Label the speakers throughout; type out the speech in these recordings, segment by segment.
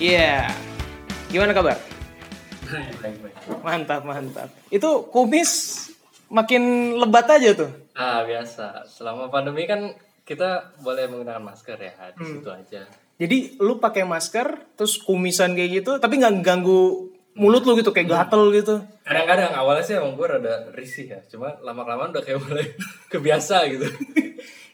Speaker 1: Iya. Gimana kabar?
Speaker 2: Baik, baik, baik.
Speaker 1: Mantap, mantap. Itu kumis makin lebat aja tuh.
Speaker 2: Ah, biasa. Selama pandemi kan kita boleh menggunakan masker ya, di situ aja.
Speaker 1: Jadi lu pakai masker, terus kumisan kayak gitu, tapi nggak ganggu mulut lu gitu, kayak gatel gitu.
Speaker 2: Kadang-kadang awalnya sih emang gue rada risih ya, cuma lama-kelamaan udah kayak mulai kebiasa gitu.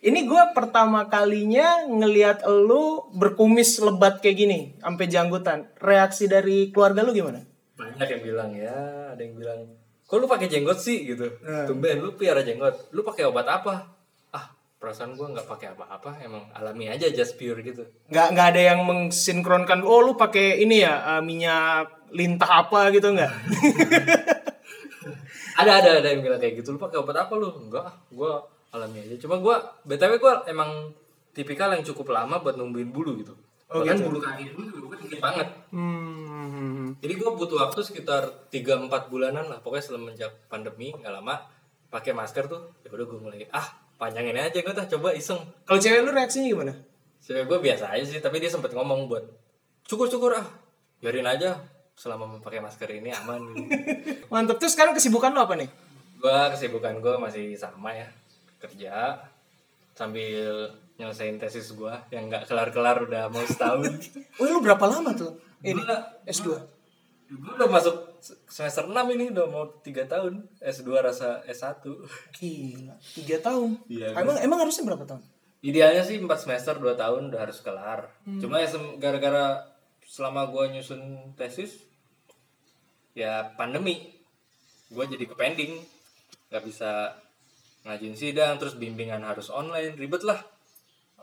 Speaker 1: Ini gua pertama kalinya ngelihat lu berkumis lebat kayak gini, sampai janggutan. Reaksi dari keluarga lu gimana?
Speaker 2: Banyak yang bilang ya, ada yang bilang, kok lu pakai jenggot sih gitu. Tumben lu piara jenggot, lu pakai obat apa? Ah, perasaan gue nggak pakai apa-apa, emang alami aja just pure gitu.
Speaker 1: Nggak nggak ada yang mensinkronkan, oh lu pakai ini ya eh, minyak lintah apa gitu nggak?
Speaker 2: ada ada ada yang bilang kayak gitu lu pakai obat apa lu enggak ah, gua alami aja cuma gua btw gua emang tipikal yang cukup lama buat nungguin bulu gitu bahkan bulu kaki dulu juga gua dikit banget
Speaker 1: Hmm.
Speaker 2: jadi gua butuh waktu sekitar 3-4 bulanan lah pokoknya semenjak pandemi nggak lama pakai masker tuh ya udah gua mulai ah panjangin aja gua tuh coba iseng
Speaker 1: Kalau cewek lu reaksinya gimana?
Speaker 2: cewek gua biasa aja sih tapi dia sempet ngomong buat cukur cukur ah biarin aja selama memakai masker ini aman
Speaker 1: Mantap. Terus sekarang kesibukan lu apa nih?
Speaker 2: gua kesibukan gua masih sama ya kerja sambil nyelesain tesis gua yang nggak kelar-kelar udah mau setahun
Speaker 1: Oh, lu berapa lama tuh? Ini
Speaker 2: Gua-
Speaker 1: S2.
Speaker 2: gua udah masuk se- semester 6 ini udah mau 3 tahun S2 rasa S1
Speaker 1: Gila, 3 tahun.
Speaker 2: Iya,
Speaker 1: emang emang harusnya berapa tahun?
Speaker 2: idealnya sih 4 semester 2 tahun udah harus kelar cuma ya sem- gara-gara selama gua nyusun tesis ya pandemi gua jadi ke pending nggak bisa ngajuin sidang terus bimbingan harus online ribet lah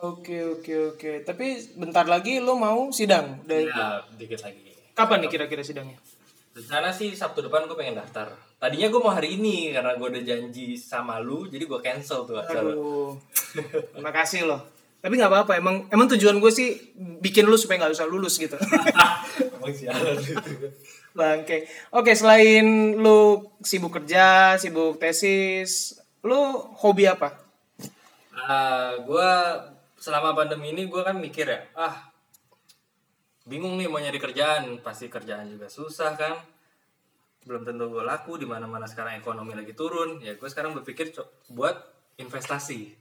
Speaker 1: Oke, oke, oke. Tapi bentar lagi lu mau sidang. Udah-
Speaker 2: ya dikit lagi
Speaker 1: Kapan nih kira-kira sidangnya?
Speaker 2: Rencana sih Sabtu depan gue pengen daftar. Tadinya gue mau hari ini karena gue udah janji sama lu, jadi gue cancel tuh acara.
Speaker 1: Aduh. Terima kasih loh. Tapi nggak apa-apa. Emang emang tujuan gue sih bikin lu supaya nggak usah lulus gitu.
Speaker 2: Emang sialan gitu.
Speaker 1: Bangke. Oke, selain lu sibuk kerja, sibuk tesis, lu hobi apa?
Speaker 2: Ah, gue selama pandemi ini gue kan mikir ya, ah bingung nih mau nyari kerjaan, pasti kerjaan juga susah kan. Belum tentu gue laku di mana-mana sekarang ekonomi lagi turun. Ya gue sekarang berpikir co- buat investasi.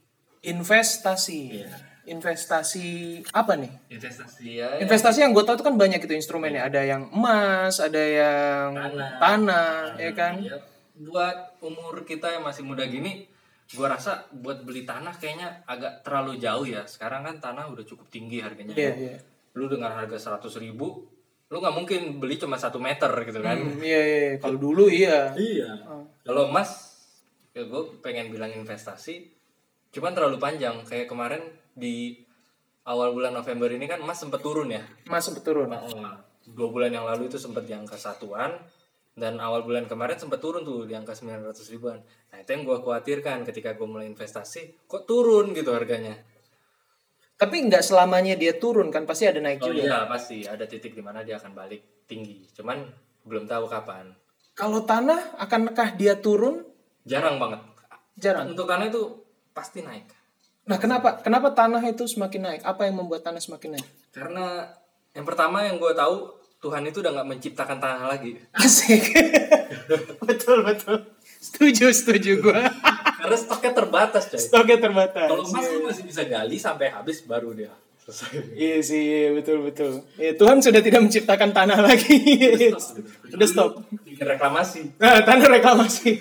Speaker 1: Investasi.
Speaker 2: Iya.
Speaker 1: Investasi apa nih?
Speaker 2: Investasi ya. ya.
Speaker 1: Investasi yang gue tahu itu kan banyak itu instrumennya. Ada yang emas, ada yang tanah,
Speaker 2: Tanah.
Speaker 1: ya kan?
Speaker 2: Ya, buat umur kita yang masih muda gini, gua rasa buat beli tanah kayaknya agak terlalu jauh ya. Sekarang kan tanah udah cukup tinggi harganya.
Speaker 1: Iya,
Speaker 2: ya.
Speaker 1: iya.
Speaker 2: Lu dengan harga 100 ribu, lu nggak mungkin beli cuma satu meter gitu kan?
Speaker 1: Hmm, Iya, iya. iya. Kalau dulu iya.
Speaker 2: Iya. Kalau emas, ya gue pengen bilang investasi, cuman terlalu panjang. Kayak kemarin di awal bulan November ini kan emas sempet turun ya.
Speaker 1: Emas sempat turun.
Speaker 2: Nah, dua bulan yang lalu itu sempat di angka satuan dan awal bulan kemarin sempat turun tuh di angka 900 ribuan. Nah itu yang gue khawatirkan ketika gue mulai investasi, kok turun gitu harganya?
Speaker 1: Tapi nggak selamanya dia turun kan pasti ada naik
Speaker 2: Oh
Speaker 1: juga.
Speaker 2: iya pasti ada titik di mana dia akan balik tinggi, cuman belum tahu kapan.
Speaker 1: Kalau tanah akankah dia turun?
Speaker 2: Jarang banget.
Speaker 1: Jarang.
Speaker 2: Untuk karena itu pasti naik.
Speaker 1: Nah, kenapa? Kenapa tanah itu semakin naik? Apa yang membuat tanah semakin naik?
Speaker 2: Karena yang pertama yang gue tahu Tuhan itu udah nggak menciptakan tanah lagi.
Speaker 1: Asik. betul, betul. Setuju, setuju gue.
Speaker 2: Karena stoknya terbatas coy.
Speaker 1: Stoknya terbatas.
Speaker 2: Kalau emas lu masih bisa gali sampai habis baru dia selesai.
Speaker 1: Iya sih, iya, betul betul. Ya, Tuhan sudah tidak menciptakan tanah lagi. Udah stop.
Speaker 2: bikin reklamasi
Speaker 1: Nah, tanah reklamasi.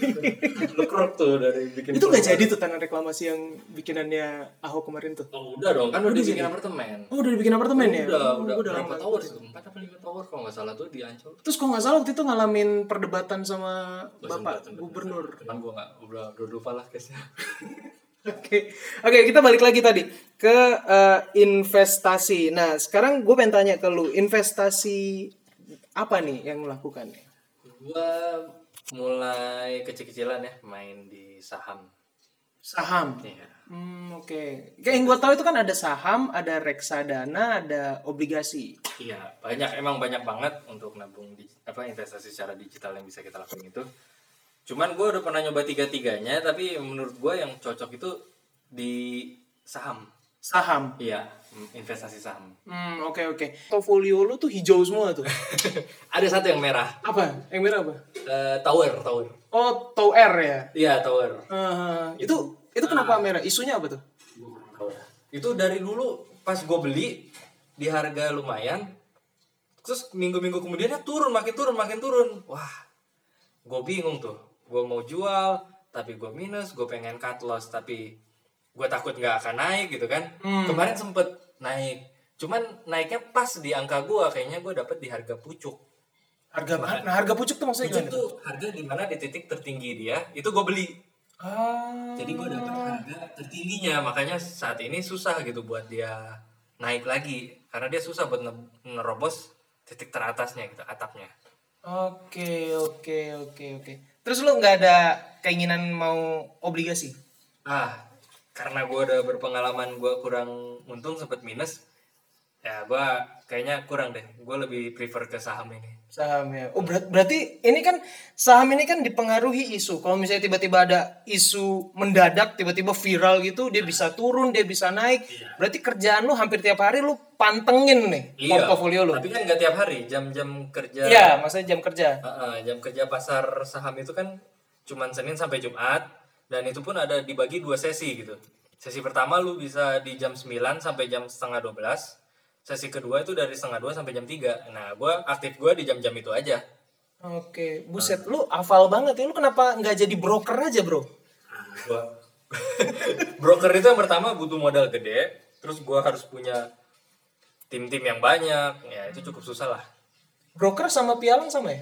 Speaker 2: lu keruk tuh dari bikin
Speaker 1: itu nggak jadi tuh tanah reklamasi yang bikinannya Ahok kemarin tuh.
Speaker 2: oh, udah dong kan udah bikin apartemen
Speaker 1: Oh, udah dibikin apartemen ya?
Speaker 2: udah
Speaker 1: Oh,
Speaker 2: udah
Speaker 1: udah lama.
Speaker 2: berapa tower sih empat apa lima tower kalau nggak salah tuh di ancol
Speaker 1: Terus kalau nggak salah waktu itu ngalamin perdebatan sama Bapak
Speaker 2: Perdebatan,
Speaker 1: Gubernur.
Speaker 2: cuman gua nggak udah udah lupa lah case nya
Speaker 1: Oke, oke kita balik lagi tadi ke eh, investasi. Nah, sekarang gue pengen tanya ke lu, investasi apa nih yang lu lakukan?
Speaker 2: gua mulai kecil-kecilan ya main di saham
Speaker 1: Saham.
Speaker 2: Iya.
Speaker 1: Hmm, oke. Kayak yang gue tahu itu kan ada saham, ada reksadana, ada obligasi.
Speaker 2: Iya, banyak emang banyak banget untuk nabung di apa investasi secara digital yang bisa kita lakukan itu. Cuman gue udah pernah nyoba tiga-tiganya, tapi menurut gue yang cocok itu di saham.
Speaker 1: saham.
Speaker 2: Iya, mm, investasi saham.
Speaker 1: Hmm, oke oke. Portfolio lu tuh hijau semua tuh.
Speaker 2: Ada satu yang merah,
Speaker 1: apa? Yang merah apa?
Speaker 2: Eh, tower, tower.
Speaker 1: Oh, Tow Air ya. Ah.
Speaker 2: Iya, tower.
Speaker 1: Eh, itu itu kenapa merah? Isunya apa tuh?
Speaker 2: Tower. Itu dari dulu pas gue beli di harga lumayan, terus minggu-minggu kemudiannya turun, makin turun, makin turun. Wah, gue bingung tuh. Gue mau jual, tapi gue minus, gue pengen cut loss, tapi gue takut nggak akan naik gitu kan. Kemarin sempet naik, cuman naiknya pas di angka gue, kayaknya gue dapet di harga pucuk.
Speaker 1: Harga nah, harga pucuk tuh maksudnya
Speaker 2: Pucuk
Speaker 1: gimana?
Speaker 2: tuh harga di mana di titik tertinggi dia, itu gue beli
Speaker 1: Ah,
Speaker 2: jadi gue dapat harga tertingginya makanya saat ini susah gitu buat dia naik lagi karena dia susah buat nge- nerobos titik teratasnya gitu atapnya
Speaker 1: Oke, oke, oke, oke. Terus lu nggak ada keinginan mau obligasi?
Speaker 2: ah karena gue udah berpengalaman gue kurang untung sempet minus ya gue kayaknya kurang deh gue lebih prefer ke saham ini
Speaker 1: Saham ya. Oh, berat- berarti ini kan saham ini kan dipengaruhi isu. Kalau misalnya tiba-tiba ada isu mendadak, tiba-tiba viral gitu, dia bisa turun, dia bisa naik. Berarti kerjaan lu hampir tiap hari lu pantengin nih portofolio lu.
Speaker 2: tapi kan nggak tiap hari jam-jam kerja
Speaker 1: Iya, maksudnya jam kerja.
Speaker 2: Ah, ah, jam kerja pasar saham itu kan cuman Senin sampai Jumat dan itu pun ada dibagi dua sesi gitu. Sesi pertama lu bisa di jam 9 sampai jam setengah 12. Sesi kedua itu dari setengah 2 sampai jam 3. Nah, gua aktif gua di jam-jam itu aja.
Speaker 1: Oke, buset lu hafal banget ya. Lu kenapa nggak jadi broker aja, Bro?
Speaker 2: Gua broker itu yang pertama butuh modal gede, terus gua harus punya tim-tim yang banyak. Ya, itu cukup susah lah.
Speaker 1: Broker sama pialang sama ya?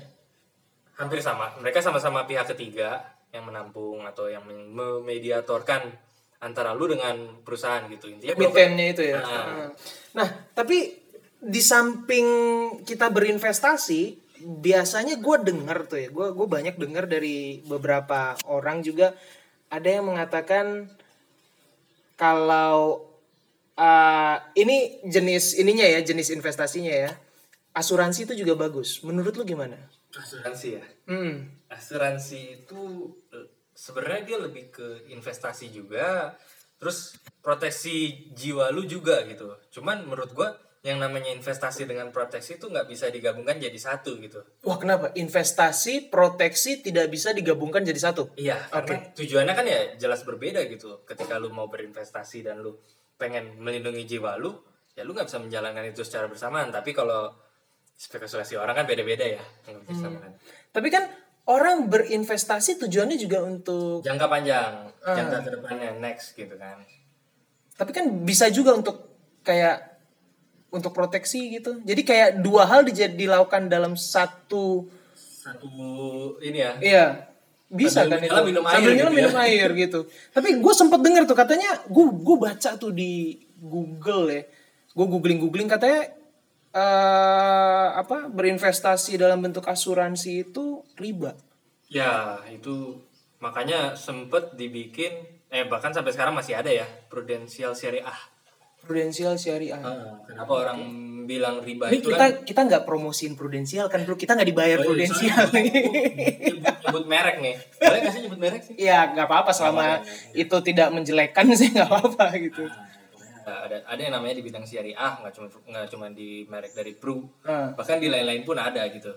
Speaker 2: hampir sama mereka sama-sama pihak ketiga yang menampung atau yang men- memediatorkan antara lu dengan perusahaan gitu intinya broker-
Speaker 1: Mitennya itu ya.
Speaker 2: Nah.
Speaker 1: Nah, tapi di samping kita berinvestasi, biasanya gue dengar tuh ya, gue gue banyak dengar dari beberapa orang juga ada yang mengatakan kalau uh, ini jenis ininya ya, jenis investasinya ya, asuransi itu juga bagus. Menurut lu gimana?
Speaker 2: asuransi ya
Speaker 1: Hmm.
Speaker 2: asuransi itu eh, sebenarnya dia lebih ke investasi juga terus proteksi jiwa lu juga gitu cuman menurut gua yang namanya investasi dengan proteksi itu nggak bisa digabungkan jadi satu gitu
Speaker 1: Wah kenapa? Investasi, proteksi tidak bisa digabungkan jadi satu.
Speaker 2: Iya, karena tujuannya kan ya jelas berbeda gitu. Ketika lu mau berinvestasi dan lu pengen melindungi jiwa lu, ya lu nggak bisa menjalankan itu secara bersamaan. Tapi kalau spekulasi orang kan beda-beda ya, nggak bisa bersamaan.
Speaker 1: Tapi kan orang berinvestasi tujuannya juga untuk
Speaker 2: Jangka panjang,
Speaker 1: Ah.
Speaker 2: jangka kedepannya next gitu kan.
Speaker 1: tapi kan bisa juga untuk kayak untuk proteksi gitu jadi kayak dua hal dijad- dilakukan dalam satu
Speaker 2: Satu ini ya,
Speaker 1: iya bisa kan
Speaker 2: Sambil
Speaker 1: itu
Speaker 2: nyelam minum air
Speaker 1: sambil
Speaker 2: gitu
Speaker 1: nyelam
Speaker 2: ya.
Speaker 1: minum air gitu tapi gue sempet denger tuh katanya gue gue baca tuh di Google ya gue googling googling katanya eh apa berinvestasi dalam bentuk asuransi itu riba
Speaker 2: ya itu makanya sempet dibikin, eh bahkan sampai sekarang masih ada ya, prudensial syariah.
Speaker 1: prudensial syariah
Speaker 2: Kenapa orang bilang riba
Speaker 1: Ah, Ini
Speaker 2: itu kan?
Speaker 1: kita kita nggak promosiin prudensial kan bro kita nggak dibayar
Speaker 2: Oh, iya, sorry,
Speaker 1: prudensial
Speaker 2: nyebut, nyebut merek nih. Boleh nggak sih nyebut merek sih?
Speaker 1: ya nggak apa-apa ya. selama itu tidak menjelekkan sih nggak apa-apa gitu
Speaker 2: Nah, ada ada yang namanya di bidang syariah nggak cuma nggak cuma di merek dari Pru
Speaker 1: Ah.
Speaker 2: bahkan di lain-lain pun ada gitu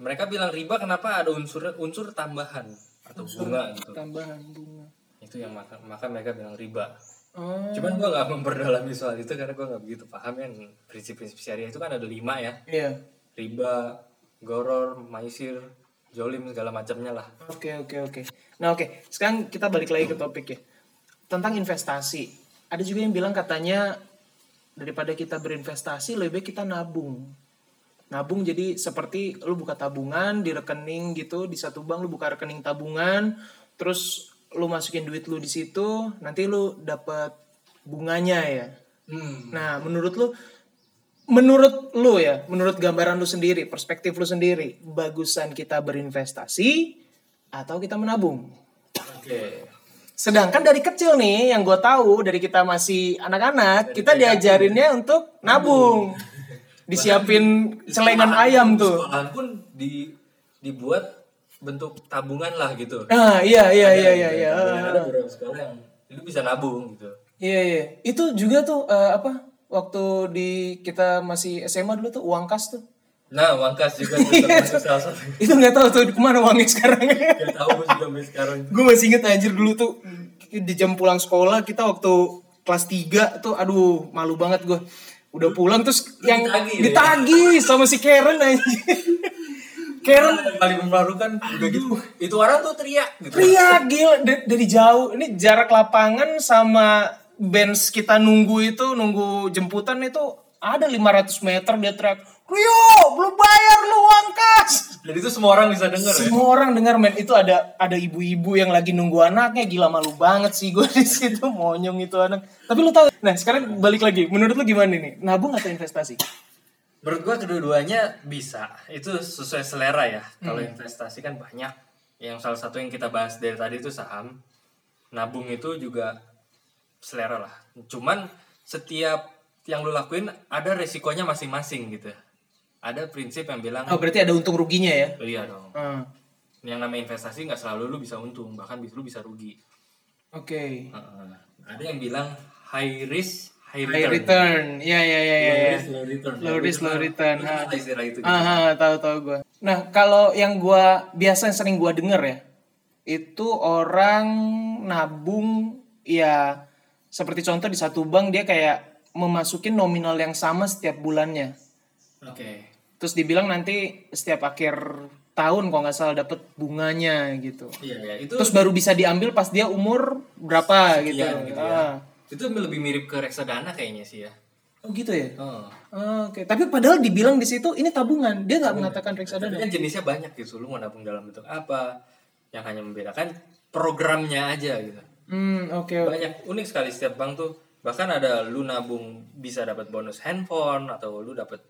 Speaker 2: mereka bilang riba kenapa ada unsur unsur tambahan atau bunga gitu
Speaker 1: tambahan bunga
Speaker 2: itu yang maka, maka mereka bilang riba
Speaker 1: oh
Speaker 2: cuman gua nggak memperdalami soal itu karena gua nggak begitu paham ya prinsip-prinsip syariah itu kan ada lima ya
Speaker 1: iya
Speaker 2: riba goror maisir jolim segala macamnya lah
Speaker 1: oke oke oke nah oke sekarang kita balik lagi ke topik ya tentang investasi ada juga yang bilang katanya daripada kita berinvestasi lebih baik kita nabung nabung jadi seperti lu buka tabungan di rekening gitu di satu bank lu buka rekening tabungan terus lu masukin duit lu di situ nanti lu dapat bunganya ya
Speaker 2: hmm.
Speaker 1: Nah, menurut lu menurut lu ya, menurut gambaran lu sendiri, perspektif lu sendiri, bagusan kita berinvestasi atau kita menabung?
Speaker 2: oke
Speaker 1: Sedangkan dari kecil nih yang gue tahu dari kita masih anak-anak, kita diajarinnya untuk nabung. Disiapin celengan ayam tuh.
Speaker 2: sekolahan pun di dibuat bentuk tabungan lah gitu
Speaker 1: Nah, iya iya iya
Speaker 2: Ada
Speaker 1: iya
Speaker 2: gitu,
Speaker 1: iya.
Speaker 2: tabungan. ada beberapa sekolah yang lu bisa nabung gitu
Speaker 1: Iya iya. Itu juga tuh eh, apa? Waktu di kita masih SMA dulu tuh uang kas tuh.
Speaker 2: Nah, uang kas juga tuh termasuk salah satu.
Speaker 1: Itu nggak tahu tuh kemana uangnya sekarang.
Speaker 2: Gak tahu gue juga sampai sekarang.
Speaker 1: gue masih inget anjir dulu tuh di jam pulang sekolah kita waktu kelas 3 tuh aduh malu banget gue udah pulang terus yang
Speaker 2: ditagih ya?
Speaker 1: ditagih sama si Karen anjir Karen
Speaker 2: Yang paling memalukan udah gitu. Itu orang tuh teriak gitu.
Speaker 1: Ria gila da- dari jauh ini jarak lapangan sama bench kita nunggu itu nunggu jemputan itu ada 500 meter dia teriak Rio belum bayar lu uang kas
Speaker 2: Dan itu semua orang bisa denger ya.
Speaker 1: semua orang dengar men itu ada ada ibu-ibu yang lagi nunggu anaknya gila malu banget sih gue di situ monyong itu anak tapi lu tahu nah sekarang balik lagi menurut lu gimana nih nabung atau investasi
Speaker 2: Menurut gua kedua-duanya bisa. Itu sesuai selera ya. Kalau investasi kan banyak. Yang salah satu yang kita bahas dari tadi itu saham. Nabung itu juga selera lah. Cuman setiap yang lu lakuin ada resikonya masing-masing gitu. Ada prinsip yang bilang
Speaker 1: oh berarti ada untung ruginya ya
Speaker 2: iya dong.
Speaker 1: Hmm,
Speaker 2: Yang namanya investasi nggak selalu lu bisa untung, bahkan bisa lu bisa rugi.
Speaker 1: oke
Speaker 2: Heeh. ada yang bilang high risk, high return.
Speaker 1: high return ya ya ya ya,
Speaker 2: Low
Speaker 1: ya.
Speaker 2: risk, low return.
Speaker 1: Low risk, low return. Ah.
Speaker 2: Lu kenal istilah itu? gitu?
Speaker 1: Aha, Ah, tahu tahu gue. Nah, kalau yang gua biasa yang sering gua denger ya, itu orang nabung ya seperti contoh di satu bank dia kayak memasukin nominal yang sama setiap bulannya.
Speaker 2: Oke.
Speaker 1: Terus dibilang nanti setiap akhir tahun kalau nggak salah dapet bunganya gitu.
Speaker 2: Iya, ya. Itu
Speaker 1: Terus baru bisa diambil pas dia umur berapa gitu.
Speaker 2: Sekian gitu ya.
Speaker 1: Ah.
Speaker 2: itu lebih mirip ke reksadana kayaknya sih ya.
Speaker 1: Oh gitu ya.
Speaker 2: Oh.
Speaker 1: Ah, Oke, tapi padahal dibilang di situ ini tabungan. Dia nggak mengatakan reksadana.
Speaker 2: Tapi kan jenisnya banyak gitu. Lu mau nabung dalam bentuk apa? Yang hanya membedakan programnya aja gitu.
Speaker 1: Hmm, oke. oke.
Speaker 2: Banyak unik sekali setiap bank tuh. Bahkan ada lu nabung bisa dapat bonus handphone atau lu dapat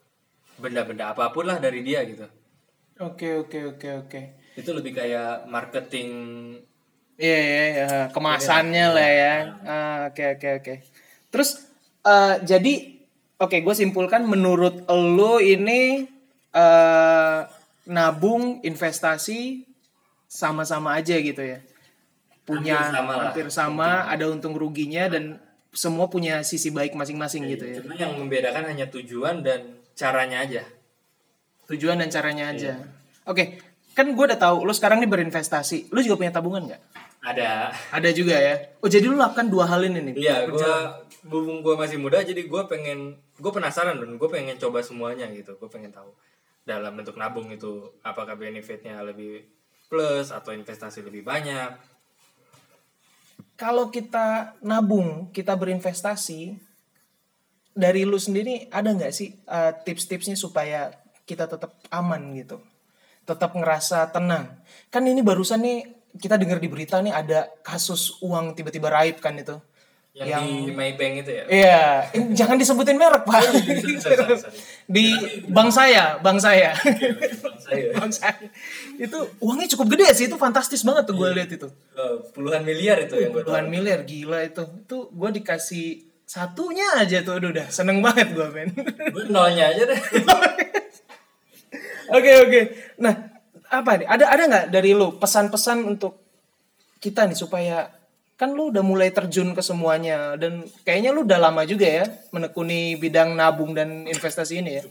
Speaker 2: benda-benda apapun lah dari dia gitu.
Speaker 1: Oke oke oke oke.
Speaker 2: Itu lebih kayak marketing
Speaker 1: Iya iya iya, kemasannya lah ya. Ah, Oke oke oke. Terus eh, jadi oke gue simpulkan menurut lo ini eh nabung investasi sama-sama aja gitu ya. Punya
Speaker 2: Hampir sama lah.
Speaker 1: hampir sama, ada untung ruginya dan semua punya sisi baik
Speaker 2: Iya,
Speaker 1: masing-masing gitu ya.
Speaker 2: Cuma yang membedakan hanya tujuan dan caranya aja.
Speaker 1: Tujuan dan caranya
Speaker 2: Iya.
Speaker 1: aja. Oke, kan gue udah tahu lo sekarang nih berinvestasi. Lo juga punya tabungan nggak?
Speaker 2: Ada.
Speaker 1: Ada juga ya. Oh jadi lu lakukan dua hal ini nih.
Speaker 2: Iya, gua bumbung gua masih muda jadi gua pengen gua penasaran dan gua pengen coba semuanya gitu. Gua pengen tahu dalam bentuk nabung itu apakah benefitnya lebih plus atau investasi lebih banyak.
Speaker 1: Kalau kita nabung, kita berinvestasi, dari lu sendiri ada nggak sih eh, tips-tipsnya supaya kita tetap aman gitu, tetap ngerasa tenang. Kan ini barusan nih kita dengar di berita nih ada kasus uang tiba-tiba raib kan itu.
Speaker 2: Yang, di Maybank itu ya.
Speaker 1: Iya, eh, jangan disebutin merek
Speaker 2: Oh,
Speaker 1: pak.
Speaker 2: iya, Sorry, sorry, sorry.
Speaker 1: di bank saya, bank saya,
Speaker 2: Saya
Speaker 1: bank saya. Itu uangnya cukup gede sih, itu fantastis banget tuh gue lihat itu.
Speaker 2: eh, puluhan miliar itu yang gua
Speaker 1: Puluhan miliar gila itu. Itu gue dikasih satunya aja tuh aduh udah seneng banget gue men.
Speaker 2: Gua nolnya aja deh.
Speaker 1: Oke oke. Nah apa nih? Ada ada nggak dari lu pesan-pesan untuk kita nih supaya kan lu udah mulai terjun ke semuanya dan kayaknya lu udah lama juga ya menekuni bidang nabung dan investasi ini ya.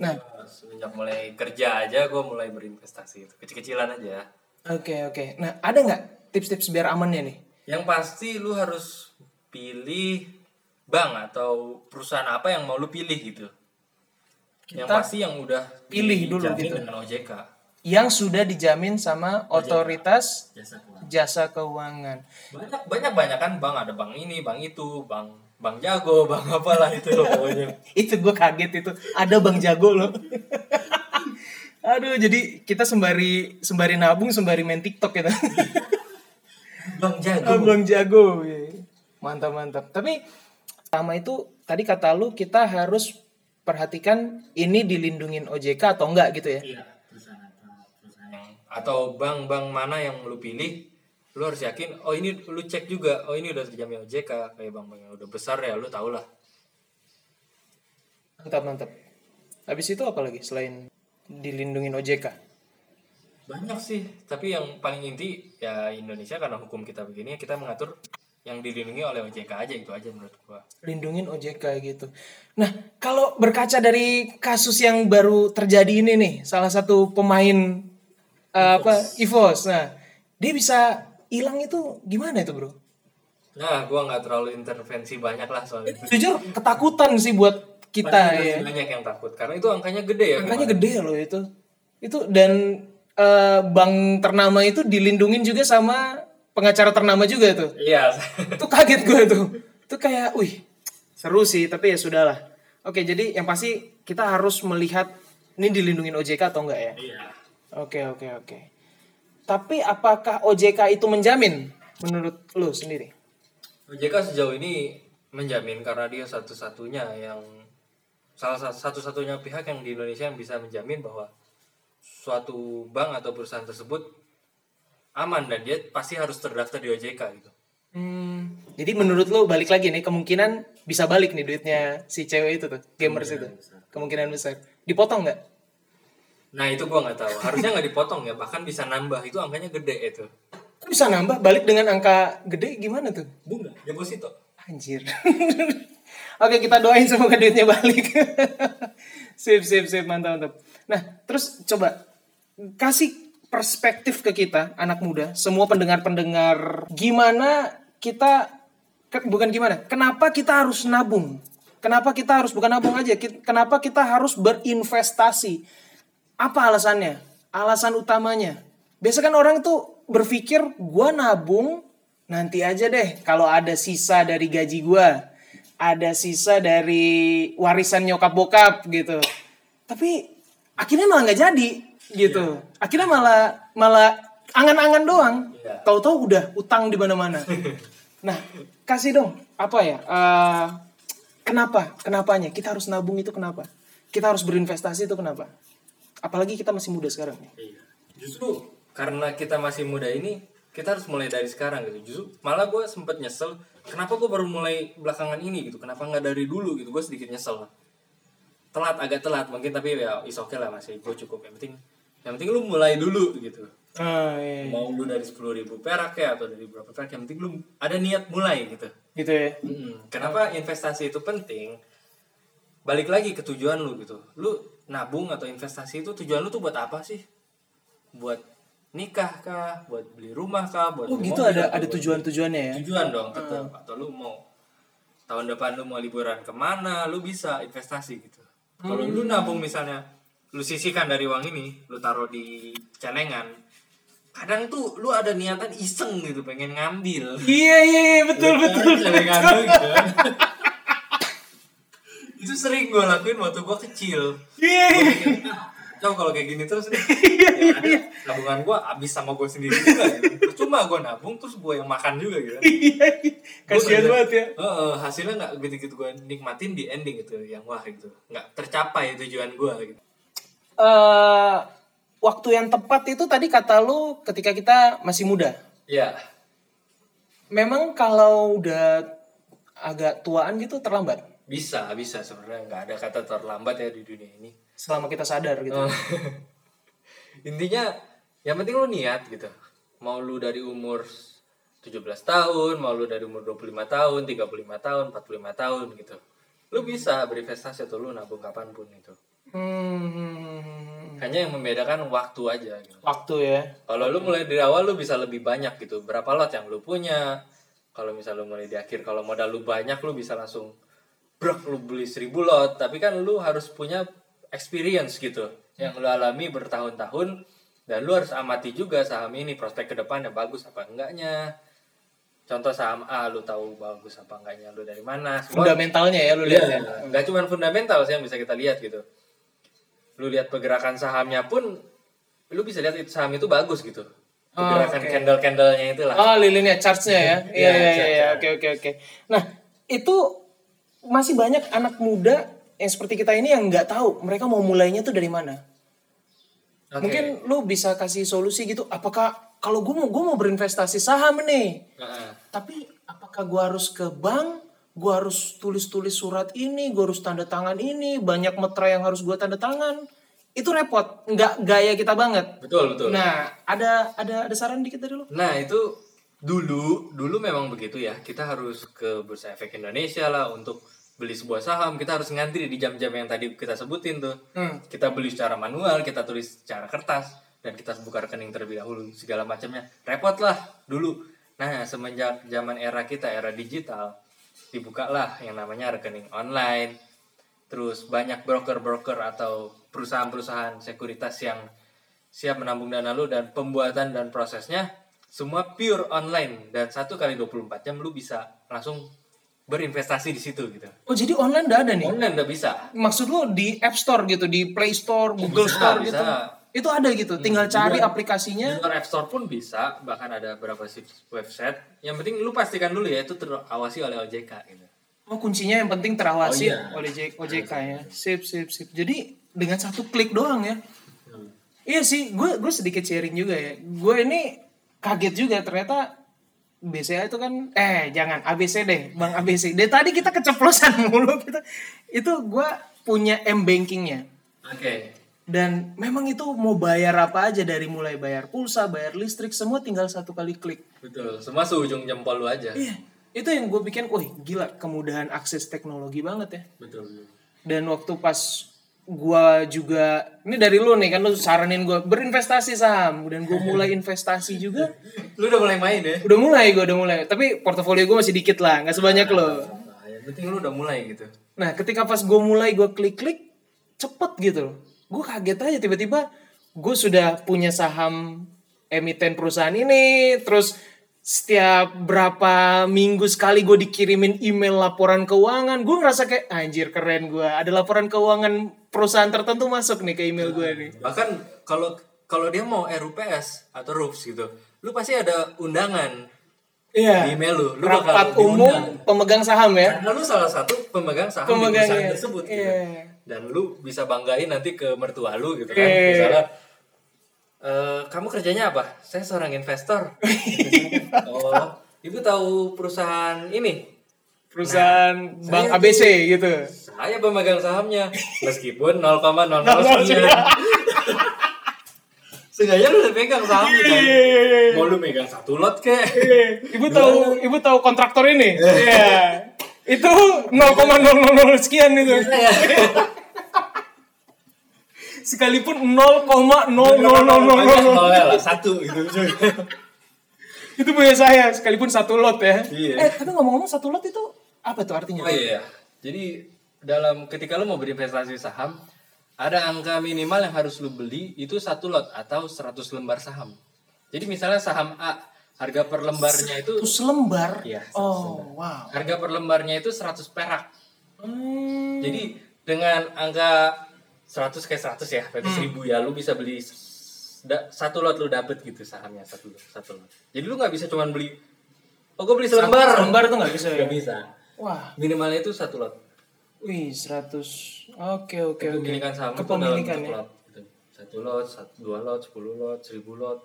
Speaker 1: Nah
Speaker 2: Semenjak mulai kerja aja gua mulai berinvestasi itu kecil-kecilan aja.
Speaker 1: oke oke. Nah ada nggak tips-tips biar amannya nih?
Speaker 2: Yang pasti lu harus pilih bank atau perusahaan apa yang mau lu pilih gitu. yang pasti yang udah
Speaker 1: pilih dulu
Speaker 2: dijamin
Speaker 1: gitu.
Speaker 2: dengan OJK.
Speaker 1: Yang sudah dijamin sama otoritas
Speaker 2: Jasa keuangan.
Speaker 1: jasa keuangan.
Speaker 2: Banyak banyak banyak kan bank ada bank ini, bank itu, bank bank jago, bank apalah itu loh pokoknya.
Speaker 1: itu gue kaget itu ada bang jago loh aduh jadi kita sembari sembari nabung sembari main tiktok kita
Speaker 2: Bank jago.
Speaker 1: abang jago iya. mantap mantap tapi sama itu tadi kata lu kita harus perhatikan ini dilindungin OJK atau enggak gitu ya
Speaker 2: Iya, perusahaan atau perusahaan yang Nah, atau bank-bank mana yang lu pilih, lu harus yakin oh ini lu cek juga, oh ini udah dijamin OJK kayak bank-bank yang udah besar ya lu tau lah.
Speaker 1: mantap mantap habis itu apa lagi selain dilindungin OJK
Speaker 2: banyak sih tapi yang paling inti ya Indonesia karena hukum kita begini kita mengatur yang dilindungi oleh OJK aja itu aja menurut gua
Speaker 1: lindungin OJK gitu. Nah, kalau berkaca dari kasus yang baru terjadi ini nih, salah satu pemain eh, apa Ivos. Nah, dia bisa hilang itu gimana itu, Bro?
Speaker 2: nah gua nggak terlalu intervensi banyak lah soal itu
Speaker 1: Jujur ketakutan sih buat kita
Speaker 2: Padahal
Speaker 1: ya.
Speaker 2: masih banyak yang takut karena itu angkanya gede ya
Speaker 1: Angkanya gede loh itu. Itu dan eh, bank ternama itu dilindungin juga sama pengacara ternama juga tuh.
Speaker 2: iya
Speaker 1: itu kaget gue tuh itu kayak wih seru sih tapi ya sudahlah oke jadi yang pasti kita harus melihat ini dilindungin OJK atau enggak ya
Speaker 2: iya
Speaker 1: oke oke oke tapi apakah OJK itu menjamin menurut lu sendiri
Speaker 2: OJK sejauh ini menjamin karena dia satu-satunya yang salah sa- satu-satunya pihak yang di Indonesia yang bisa menjamin bahwa suatu bank atau perusahaan tersebut aman dan dia pasti harus terdaftar di OJK gitu.
Speaker 1: hmm, jadi menurut lu balik lagi nih kemungkinan bisa balik nih duitnya si cewek itu tuh gamers itu kemungkinan Iya, besar dipotong nggak
Speaker 2: Nah itu gua nggak tahu. Harusnya nggak dipotong ya. Bahkan bisa nambah itu angkanya gede itu.
Speaker 1: Kok bisa nambah balik dengan angka gede gimana tuh
Speaker 2: Bunga deposito.
Speaker 1: Anjir. Oke, kita doain semoga duitnya balik. sip, sip, sip, mantap, mantap. Nah, terus coba kasih perspektif ke kita anak muda, semua pendengar-pendengar gimana kita ke- bukan gimana, kenapa kita harus nabung? Kenapa kita harus bukan nabung aja, ki- kenapa kita harus berinvestasi? Apa alasannya? Alasan utamanya. Biasa kan orang tuh berpikir gua nabung nanti aja deh kalau ada sisa dari gaji gua ada sisa dari warisan nyokap bokap gitu tapi akhirnya malah nggak jadi gitu akhirnya malah malah angan-angan doang
Speaker 2: Iya.
Speaker 1: tahu-tahu udah utang di mana-mana nah kasih dong apa ya eh, kenapa kenapanya kita harus nabung itu kenapa kita harus berinvestasi itu kenapa apalagi kita masih muda sekarang ya. nih
Speaker 2: Iya. Justru karena kita masih muda ini, kita harus mulai dari sekarang gitu. Justru malah gue sempet nyesel, kenapa gue baru mulai belakangan ini gitu? Kenapa nggak dari dulu gitu? Gue sedikit nyesel. Telat agak telat mungkin tapi ya is okay lah masih gue cukup yang penting. Yang penting lu mulai dulu gitu.
Speaker 1: Ah, iya.
Speaker 2: Mau lu dari sepuluh ribu perak ya atau dari berapa perak? Yang penting lu ada niat mulai gitu.
Speaker 1: gitu ya
Speaker 2: Mm-mm. Kenapa investasi itu penting? Balik lagi ke tujuan lu gitu. Lu nabung atau investasi itu tujuan lu tuh buat apa sih? Buat nikah kah? Buat beli rumah kah? Buat
Speaker 1: oh
Speaker 2: beli
Speaker 1: gitu
Speaker 2: mobil
Speaker 1: ada
Speaker 2: atau
Speaker 1: ada
Speaker 2: buat-
Speaker 1: tujuan-tujuannya ya
Speaker 2: Tujuan dong tetap. Atau lu mau tahun depan lu mau liburan kemana? Lu bisa investasi gitu. Kalau lu
Speaker 1: Hmm.
Speaker 2: nabung misalnya, lu sisihkan dari uang ini, lu taruh di celengan. Kadang tuh lu ada niatan iseng gitu pengen ngambil.
Speaker 1: Iya iya iya, betul betul.
Speaker 2: Celengan lu gitu. itu sering gue lakuin waktu gue kecil
Speaker 1: Iya iya.
Speaker 2: Coba kalau kayak gini terus nih ya, ada nabungan gue habis sama gue sendiri juga gitu. Percuma gue nabung terus gue yang makan juga gitu
Speaker 1: iya, iya. Kasihan
Speaker 2: Gua
Speaker 1: banget ya.
Speaker 2: Heeh, hasilnya nggak gitu-gitu gue nikmatin di ending gitu yang wah gitu nggak tercapai tujuan gue gitu
Speaker 1: Eh waktu yang tepat itu tadi kata lu ketika kita masih muda.
Speaker 2: ya
Speaker 1: Memang kalau udah agak tuaan gitu terlambat
Speaker 2: bisa bisa sebenarnya nggak ada kata terlambat ya di dunia ini
Speaker 1: selama kita sadar gitu.
Speaker 2: Oh. intinya yang penting lu niat gitu mau lu dari umur 17 tahun mau lu dari umur 25 tahun 35 tahun 45 tahun gitu lu bisa berinvestasi atau lu nabung kapanpun itu
Speaker 1: Hmm,
Speaker 2: hanya yang membedakan waktu aja gitu
Speaker 1: waktu ya.
Speaker 2: kalau lu mulai dari awal lu bisa lebih banyak gitu berapa lot yang lu punya kalau misalnya lu mulai di akhir kalau modal lu banyak lu bisa langsung brak lu beli 1000 lot tapi kan lu harus punya experience gitu yang lu alami bertahun-tahun dan lu harus amati juga saham ini prospek ke depannya bagus apa enggaknya contoh saham A lu tahu bagus apa enggaknya lu dari mana semua
Speaker 1: Fundamentalnya ya lu lihat ya.
Speaker 2: Iya, nggak cuma fundamental sih yang bisa kita lihat gitu. Lu lihat pergerakan sahamnya pun, lu bisa lihat itu saham itu bagus gitu. Pergerakan candle-candlenya itulah.
Speaker 1: Oh lilinnya charge-nya ya. Iya iya
Speaker 2: Iya,
Speaker 1: iya, iya.
Speaker 2: charge-nya.
Speaker 1: Oke oke oke. Nah, itu masih banyak anak muda yang seperti kita ini yang nggak tahu mereka mau mulainya tuh dari mana.
Speaker 2: Oke.
Speaker 1: Mungkin lu bisa kasih solusi gitu. Apakah kalau gue mau gue mau berinvestasi saham nih,
Speaker 2: Heeh.
Speaker 1: tapi apakah gue harus ke bank? Gue harus tulis-tulis surat ini, gue harus tanda tangan ini, banyak metra yang harus gue tanda tangan. Itu repot, nggak gaya kita banget.
Speaker 2: Betul betul. Nah.
Speaker 1: Nah, ada ada ada saran dikit dari lu?
Speaker 2: itu dulu dulu memang begitu ya kita harus ke bursa efek Indonesia lah untuk beli sebuah saham kita harus ngantri di jam-jam yang tadi kita sebutin tuh
Speaker 1: Hmm.
Speaker 2: kita beli secara manual kita tulis secara kertas dan kita harus buka rekening terlebih dahulu segala macamnya repot lah dulu nah semenjak zaman era kita era digital dibukalah yang namanya rekening online terus banyak broker-broker atau perusahaan-perusahaan sekuritas yang siap menampung dana lu dan pembuatan dan prosesnya semua pure online dan satu kali 24 jam lu bisa langsung berinvestasi di situ gitu.
Speaker 1: Oh jadi online udah ada nih?
Speaker 2: Online udah bisa.
Speaker 1: Maksud lu di App Store gitu, di Play Store, Google
Speaker 2: Bisa,
Speaker 1: Store
Speaker 2: bisa.
Speaker 1: gitu? Itu ada gitu, tinggal cari
Speaker 2: Iya.
Speaker 1: aplikasinya.
Speaker 2: Di luar App Store pun bisa, bahkan ada beberapa situs website. Yang penting lu pastikan dulu ya itu terawasi oleh OJK gitu.
Speaker 1: Oh kuncinya yang penting terawasi
Speaker 2: Oh, iya.
Speaker 1: oleh J- OJK ya. Sip sip sip. Jadi dengan satu klik doang ya.
Speaker 2: Hmm.
Speaker 1: Iya sih, gue gue sedikit sharing juga ya. Gue ini kaget juga ternyata BCA itu kan eh jangan ABC deh, Bang ABC. Dari tadi kita keceplosan mulu kita. Itu gue punya M bankingnya
Speaker 2: Oke.
Speaker 1: dan memang itu mau bayar apa aja dari mulai bayar pulsa, bayar listrik semua tinggal satu kali klik.
Speaker 2: Betul. Semua seujung jempol lu aja.
Speaker 1: Iya, itu yang gue bikin, wah gila kemudahan akses teknologi banget ya.
Speaker 2: Betul.
Speaker 1: dan waktu pas gua juga ini dari lu nih kan lu saranin gua berinvestasi saham dan gua mulai investasi juga
Speaker 2: Lu udah mulai main ya?
Speaker 1: udah mulai gua udah mulai tapi portofolio gua masih dikit lah nggak sebanyak lo
Speaker 2: Nah, yang penting lu udah mulai gitu.
Speaker 1: nah ketika pas gua mulai gua klik-klik cepet gitu loh gua kaget aja tiba-tiba gua sudah punya saham emiten perusahaan ini terus setiap berapa minggu sekali gue dikirimin email laporan keuangan gue ngerasa kayak anjir keren gua ada laporan keuangan perusahaan tertentu masuk nih ke email gue nih
Speaker 2: Bahkan kalau kalau dia mau RUPS atau RUPS gitu, lu pasti ada undangan di
Speaker 1: Iya.
Speaker 2: email lu. Lu
Speaker 1: Rapat
Speaker 2: bakal diundang.
Speaker 1: umum pemegang saham ya.
Speaker 2: Karena lu salah satu pemegang saham
Speaker 1: Pemegang,
Speaker 2: di perusahaan
Speaker 1: iya.
Speaker 2: tersebut gitu.
Speaker 1: Iya.
Speaker 2: Dan lu bisa banggain nanti ke mertua lu gitu kan.
Speaker 1: Iya.
Speaker 2: Misalnya "Eh, kamu kerjanya apa? Saya seorang investor. oh, ibu tahu perusahaan ini?
Speaker 1: Perusahaan Bank
Speaker 2: Nah, saya
Speaker 1: ABC gitu.
Speaker 2: Saya pemegang sahamnya meskipun 0,009. Seenggaknya lu udah pegang
Speaker 1: Iya,
Speaker 2: saham lu kan. Mau lu megang satu lot kek.
Speaker 1: Ibu tahu ibu tahu kontraktor ini? Iya. Itu 0,000 sekian itu.
Speaker 2: Iya.
Speaker 1: Sekalipun Oh, 0,00000
Speaker 2: Nolnya lah satu gitu.
Speaker 1: itu punya saya sekalipun satu lot ya.
Speaker 2: Iya.
Speaker 1: Eh, tapi ngomong-ngomong satu lot itu apa tuh artinya?
Speaker 2: Oh iya. Jadi dalam ketika lu mau berinvestasi saham, ada angka minimal yang harus lu beli itu satu lot atau 100 lembar saham. Jadi misalnya saham A harga per lembarnya itu
Speaker 1: Itu selembar.
Speaker 2: Iya, satu
Speaker 1: oh, wow.
Speaker 2: harga per lembarnya itu 100 perak.
Speaker 1: Hmm.
Speaker 2: Jadi dengan angka 100 kayak 100 ya,
Speaker 1: Hmm.
Speaker 2: berarti 1000 ya, lu bisa beli s- da- satu lot lu dapet gitu sahamnya satu lot, satu lot. Jadi lu nggak bisa cuman beli oh gue beli selembar.
Speaker 1: Selembar tuh nggak bisa ya?
Speaker 2: Nggak bisa.
Speaker 1: Wah.
Speaker 2: Minimalnya itu satu lot.
Speaker 1: Wih, 100. Oke, oke, oke.
Speaker 2: Kepemilikan saham itu dalam
Speaker 1: Kepemilikan
Speaker 2: bentuk
Speaker 1: ya.
Speaker 2: lot. gitu. Satu lot, satu, dua lot, sepuluh lot, seribu lot.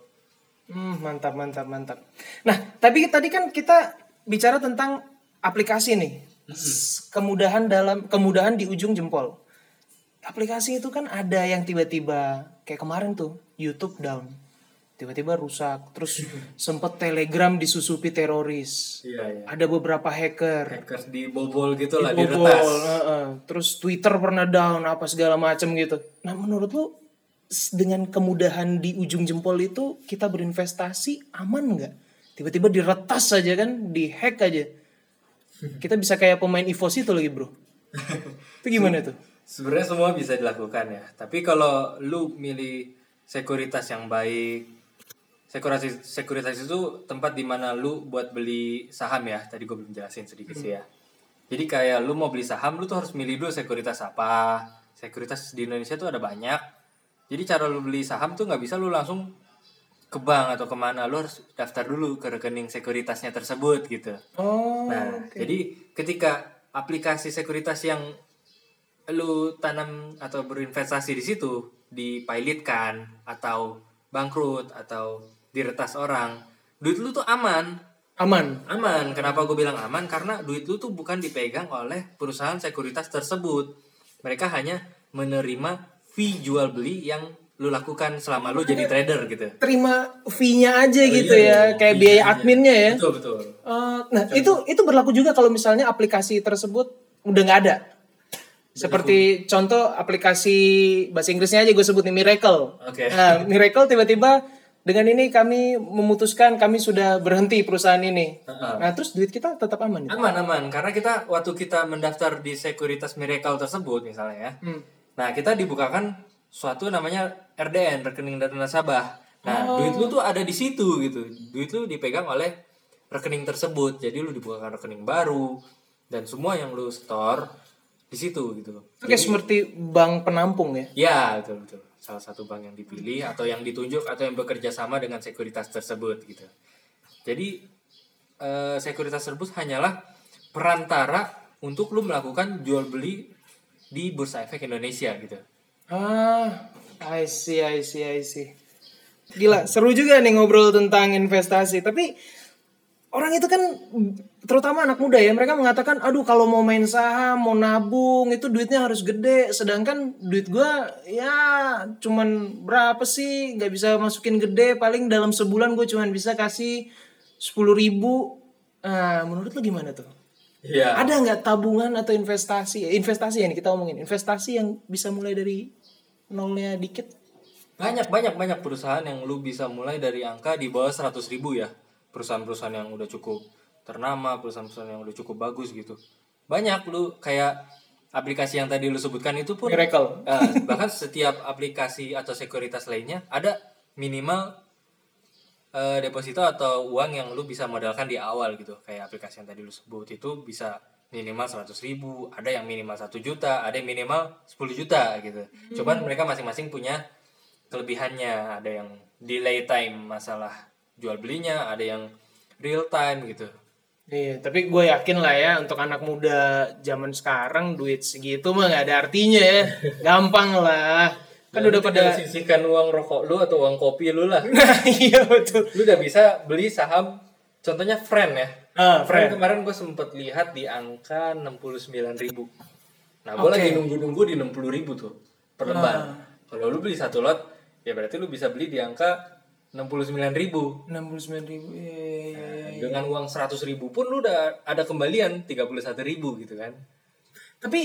Speaker 1: Hmm, mantap, mantap, mantap. Nah, tapi tadi kan kita bicara tentang aplikasi nih. S- Kemudahan dalam kemudahan di ujung jempol. Aplikasi itu kan ada yang tiba-tiba kayak kemarin tuh YouTube down. Tiba-tiba rusak, terus sempet Telegram disusupi teroris.
Speaker 2: Iya, iya.
Speaker 1: Ada beberapa hacker.
Speaker 2: Hackers dibobol gitu lah,
Speaker 1: Dibobol,
Speaker 2: diretas.
Speaker 1: heeh. Terus Twitter pernah down apa segala macam gitu. Nah, menurut lu s- dengan kemudahan di ujung jempol itu kita berinvestasi aman nggak? Tiba-tiba diretas aja kan, dihack aja. Kita bisa kayak pemain EVOS itu lagi, Bro. Itu gimana tuh?
Speaker 2: Sebenarnya semua bisa dilakukan ya. Tapi kalau lu milih sekuritas yang baik, sekuritas sekuritas itu tempat di mana lu buat beli saham ya. Tadi gue belum jelasin sedikit sih ya. Jadi kayak lu mau beli saham, lu tuh harus milih dulu sekuritas apa. Sekuritas di Indonesia tuh ada banyak. Jadi cara lu beli saham tuh nggak bisa lu langsung ke bank atau kemana. Lu harus daftar dulu ke rekening sekuritasnya tersebut gitu.
Speaker 1: Oh,
Speaker 2: Nah, jadi ketika aplikasi sekuritas yang lu tanam atau berinvestasi di situ dipilotkan atau bangkrut atau diretas orang, duit lu tuh aman.
Speaker 1: aman.
Speaker 2: Aman. Kenapa gue bilang aman? Karena duit lu tuh bukan dipegang oleh perusahaan sekuritas tersebut. Mereka hanya menerima fee jual beli yang lu lakukan selama lu jadi trader gitu.
Speaker 1: terima fee-nya aja gitu
Speaker 2: iya,
Speaker 1: ya, kayak
Speaker 2: iya,
Speaker 1: biaya
Speaker 2: iya.
Speaker 1: adminnya ya.
Speaker 2: Betul betul.
Speaker 1: Eh, nah itu itu berlaku juga kalau misalnya aplikasi tersebut udah nggak ada. Seperti contoh aplikasi bahasa Inggrisnya aja gue sebut nih Miracle.
Speaker 2: Oke.
Speaker 1: Nah, Miracle tiba-tiba dengan ini kami memutuskan kami sudah berhenti perusahaan ini.
Speaker 2: Heeh.
Speaker 1: Nah terus duit kita tetap aman. ya?
Speaker 2: Aman aman karena kita waktu kita mendaftar di sekuritas Miracle tersebut misalnya ya.
Speaker 1: Hmm.
Speaker 2: Nah, kita dibukakan suatu namanya RDN, rekening dana nasabah. Nah, duit lu tuh ada di situ gitu. Duit lu dipegang oleh rekening tersebut. Jadi lu dibukakan rekening baru dan semua yang lu store di situ gitu.
Speaker 1: Itu kayak seperti bank penampung ya.
Speaker 2: Ya, betul betul. Salah satu bank yang dipilih atau yang ditunjuk atau yang bekerja sama dengan sekuritas tersebut gitu. Jadi eh, sekuritas tersebut hanyalah perantara untuk lu melakukan jual beli di Bursa Efek Indonesia gitu.
Speaker 1: Ah, I see, I see, I see. Gila, seru juga nih ngobrol tentang investasi. Tapi orang itu kan, terutama anak muda ya, mereka mengatakan, aduh kalau mau main saham, mau nabung, itu duitnya harus gede. Sedangkan duit gua ya cuman berapa sih, nggak bisa masukin gede. Paling dalam sebulan gue cuman bisa kasih 10.000 ribu. Ah, menurut lu gimana tuh?
Speaker 2: Iya.
Speaker 1: Ada nggak tabungan atau investasi? Eh, Investasi yang kita omongin, investasi yang bisa mulai dari nolnya dikit.
Speaker 2: Banyak banyak banyak perusahaan yang lu bisa mulai dari angka di bawah 100 ribu ya. Perusahaan-perusahaan yang udah cukup ternama, perusahaan-perusahaan yang udah cukup bagus gitu. Banyak lu kayak aplikasi yang tadi lu sebutkan itu pun
Speaker 1: Miracle.
Speaker 2: eh, bahkan setiap aplikasi atau sekuritas lainnya ada minimal eh, deposito atau uang yang lu bisa modalkan di awal gitu. Kayak aplikasi yang tadi lu sebut itu bisa minimal 100 ribu, ada yang minimal 1 juta, ada yang minimal 10 juta gitu. Cuman mereka masing-masing punya kelebihannya. Ada yang delay time masalah jual belinya, ada yang real time gitu.
Speaker 1: Iya, tapi gue yakin lah ya untuk anak muda zaman sekarang duit segitu mah nggak ada artinya ya. Gampang lah. Kan udah pada.
Speaker 2: sisihkan uang rokok lu atau uang kopi lu lah.
Speaker 1: Nah, iya betul.
Speaker 2: lu udah bisa beli saham contohnya friend ya
Speaker 1: Ah,
Speaker 2: friend.
Speaker 1: Friend.
Speaker 2: kemarin gue sempet lihat di angka 69.000 nah gue
Speaker 1: Oke. Ah.
Speaker 2: lagi nunggu-nunggu di 60.000 tuh per lembar kalau lu beli satu lot ya berarti lu bisa beli di angka 69.000
Speaker 1: Enam puluh sembilan ribu. Iya, iya, iya.
Speaker 2: dengan uang 100.000 pun lu udah ada kembalian 31.000 gitu kan
Speaker 1: Tapi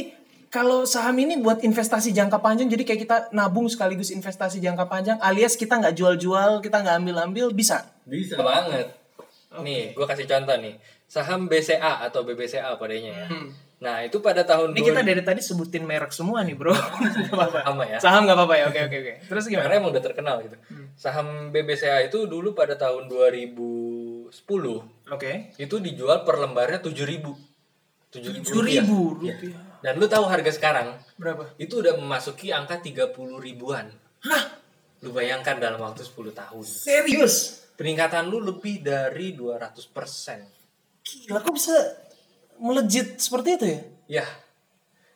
Speaker 1: kalau saham ini buat investasi jangka panjang, jadi kayak kita nabung sekaligus investasi jangka panjang, alias kita nggak jual-jual, kita nggak ambil-ambil, bisa.
Speaker 2: bisa banget nih gue kasih contoh nih saham BCA atau BBCA padanya ya nah itu pada tahun
Speaker 1: Hmm. Ini kita dari tadi sebutin merek semua nih bro. Gak apa-apa.
Speaker 2: Sama ya.
Speaker 1: Saham gak apa-apa ya. Oke oke oke. Terus gimana?
Speaker 2: karena emang udah terkenal gitu.
Speaker 1: Hmm.
Speaker 2: Saham BBCA itu dulu pada tahun 2010
Speaker 1: Oke.
Speaker 2: itu dijual per lembarnya 7000. 7000.
Speaker 1: Tujuh ribu rupiah.
Speaker 2: Iya. Dan lu tahu harga sekarang
Speaker 1: Berapa?
Speaker 2: itu udah memasuki angka 30 ribuan.
Speaker 1: Hah?
Speaker 2: Lu bayangkan dalam waktu 10 tahun.
Speaker 1: Serius?
Speaker 2: Peningkatan lu lebih dari 200%.
Speaker 1: Gila kok bisa melejit seperti itu ya?
Speaker 2: Ya,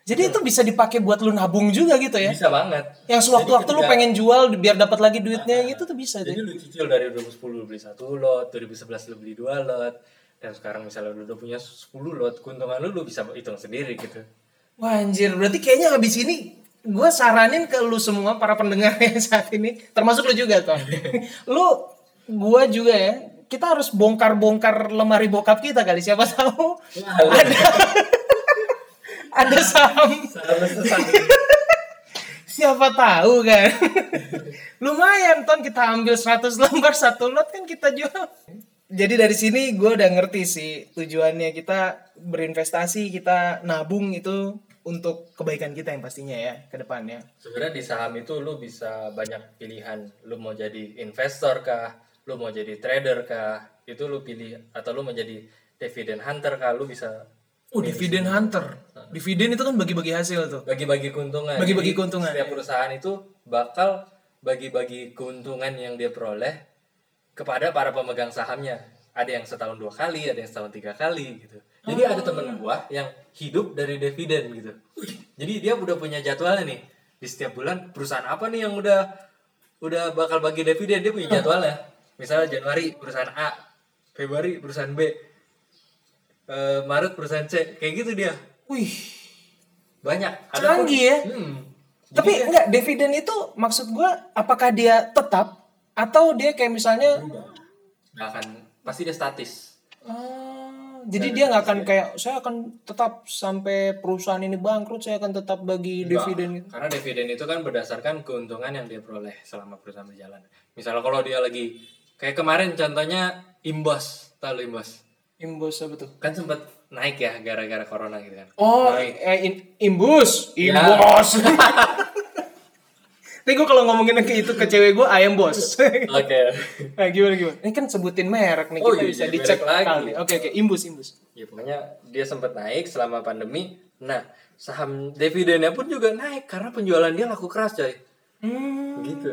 Speaker 1: Jadi itu bisa dipakai buat lu nabung juga gitu ya?
Speaker 2: bisa banget.
Speaker 1: Yang sewaktu-waktu lu
Speaker 2: Iya. ketika- Nah,
Speaker 1: pengen jual biar dapat lagi duitnya gitu tuh bisa deh.
Speaker 2: Jadi lu cicil dari 2010 lu beli satu lot, 2011 lu beli dua lot, dan sekarang misalnya lu udah punya 10 lot, keuntungan lu lu bisa hitung sendiri gitu.
Speaker 1: Wah anjir, berarti kayaknya habis ini gue saranin ke lu semua para pendengar yang saat ini, termasuk lu juga Ton. lu, gue juga ya, kita harus bongkar-bongkar lemari bokap kita kali, siapa tahu ada ada saham, siapa tahu kan. Lumayan Ton, kita ambil 100 lembar satu lot kan kita jual. Jadi dari sini gue udah ngerti sih tujuannya kita berinvestasi, kita nabung itu untuk kebaikan kita yang pastinya ya ke depannya.
Speaker 2: Sebenarnya di saham itu lu bisa banyak pilihan. Lu mau jadi investor kah? Lu mau jadi trader kah? Itu lu pilih atau lu menjadi dividend hunter kah? Lu bisa
Speaker 1: Oh, dividen hunter. Dividen itu kan bagi-bagi hasil tuh.
Speaker 2: bagi-bagi keuntungan.
Speaker 1: Bagi-bagi
Speaker 2: Jadi,
Speaker 1: keuntungan.
Speaker 2: Setiap perusahaan itu bakal bagi-bagi keuntungan yang dia peroleh kepada para pemegang sahamnya. Ada yang setahun dua kali, ada yang setahun tiga kali gitu. Jadi ada
Speaker 1: Oh.
Speaker 2: temen gua yang hidup dari dividen gitu. Jadi dia udah punya jadwalnya nih. Di setiap bulan perusahaan apa nih yang udah udah bakal bagi dividen dia punya jadwalnya. Misalnya Januari perusahaan A, Februari perusahaan B, eh, Maret perusahaan C, kayak gitu dia
Speaker 1: Wih,
Speaker 2: banyak. Ada pun-
Speaker 1: canggih ya.
Speaker 2: Hmm.
Speaker 1: Tapi enggak dividen itu maksud gua apakah dia tetap atau dia kayak misalnya
Speaker 2: Nggak akan pasti dia statis.
Speaker 1: ah, jadi dia nggak
Speaker 2: ya?
Speaker 1: akan kayak saya akan tetap sampai perusahaan ini bangkrut saya akan tetap bagi dividen gitu.
Speaker 2: Karena dividen itu kan berdasarkan keuntungan yang dia peroleh selama perusahaan berjalan. Misalnya kalau dia lagi kayak kemarin contohnya imbas, tahu lu imbas?
Speaker 1: Imbus apa tuh?
Speaker 2: Kan sempat naik ya gara-gara corona gitu kan.
Speaker 1: Oh, eh, in- imbus,
Speaker 2: Ya.
Speaker 1: imbos. Tapi gue kalau ngomongin ke itu ke cewek gue, ayam bos.
Speaker 2: Oke.
Speaker 1: nah, gimana gimana? Ini kan sebutin merek nih,
Speaker 2: Oh,
Speaker 1: kita
Speaker 2: iya,
Speaker 1: bisa
Speaker 2: iya,
Speaker 1: dicek
Speaker 2: merek lagi.
Speaker 1: kali. Oke oke, imbus imbus.
Speaker 2: ya pokoknya dia sempat naik selama pandemi. Nah, saham dividennya pun juga naik karena penjualan dia laku keras, coy.
Speaker 1: Hmm,
Speaker 2: Gitu.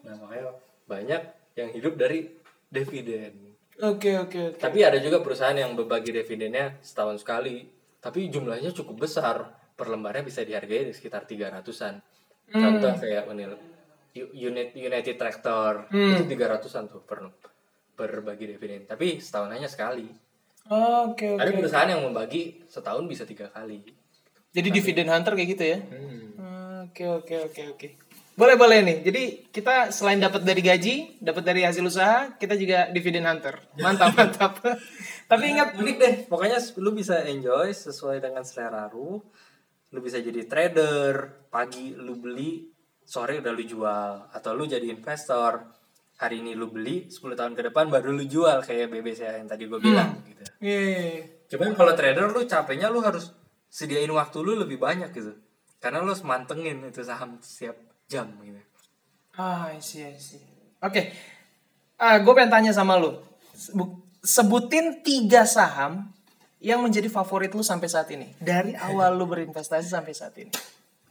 Speaker 2: Nah, makanya banyak yang hidup dari dividen.
Speaker 1: Oke oke oke.
Speaker 2: Tapi ada juga perusahaan yang berbagi dividennya setahun sekali, tapi jumlahnya cukup besar. Per lembarnya bisa dihargai di sekitar 300-an. Contoh kayak Unil Unit United Tractor itu 300-an tuh per berbagi dividen, tapi setahun hanya sekali.
Speaker 1: Oke oke.
Speaker 2: Ada perusahaan yang membagi setahun bisa tiga kali.
Speaker 1: Jadi dividen hunter kayak gitu ya? Oke oke oke oke. Boleh boleh nih. Jadi kita selain dapat dari gaji, dapat dari hasil usaha, kita juga dividen hunter. Mantap mantap. Tapi ingat
Speaker 2: unik deh. Pokoknya lu bisa enjoy sesuai dengan selera lu. Lu bisa jadi trader, pagi lu beli, sore udah lu jual atau lu jadi investor. Hari ini lu beli, 10 tahun ke depan baru lu jual kayak BBC yang tadi gue bilang gitu.
Speaker 1: Iya.
Speaker 2: Cuman kalau trader lu capeknya lu harus sediain waktu lu lebih banyak gitu. Karena lu harus mantengin itu saham setiap jam gitu.
Speaker 1: Ah, I see, I see. Oke. Ah, gue pengen tanya sama lu. Sebu- Sebutin tiga saham yang menjadi favorit lu sampai saat ini. Dari awal lu berinvestasi sampai saat ini.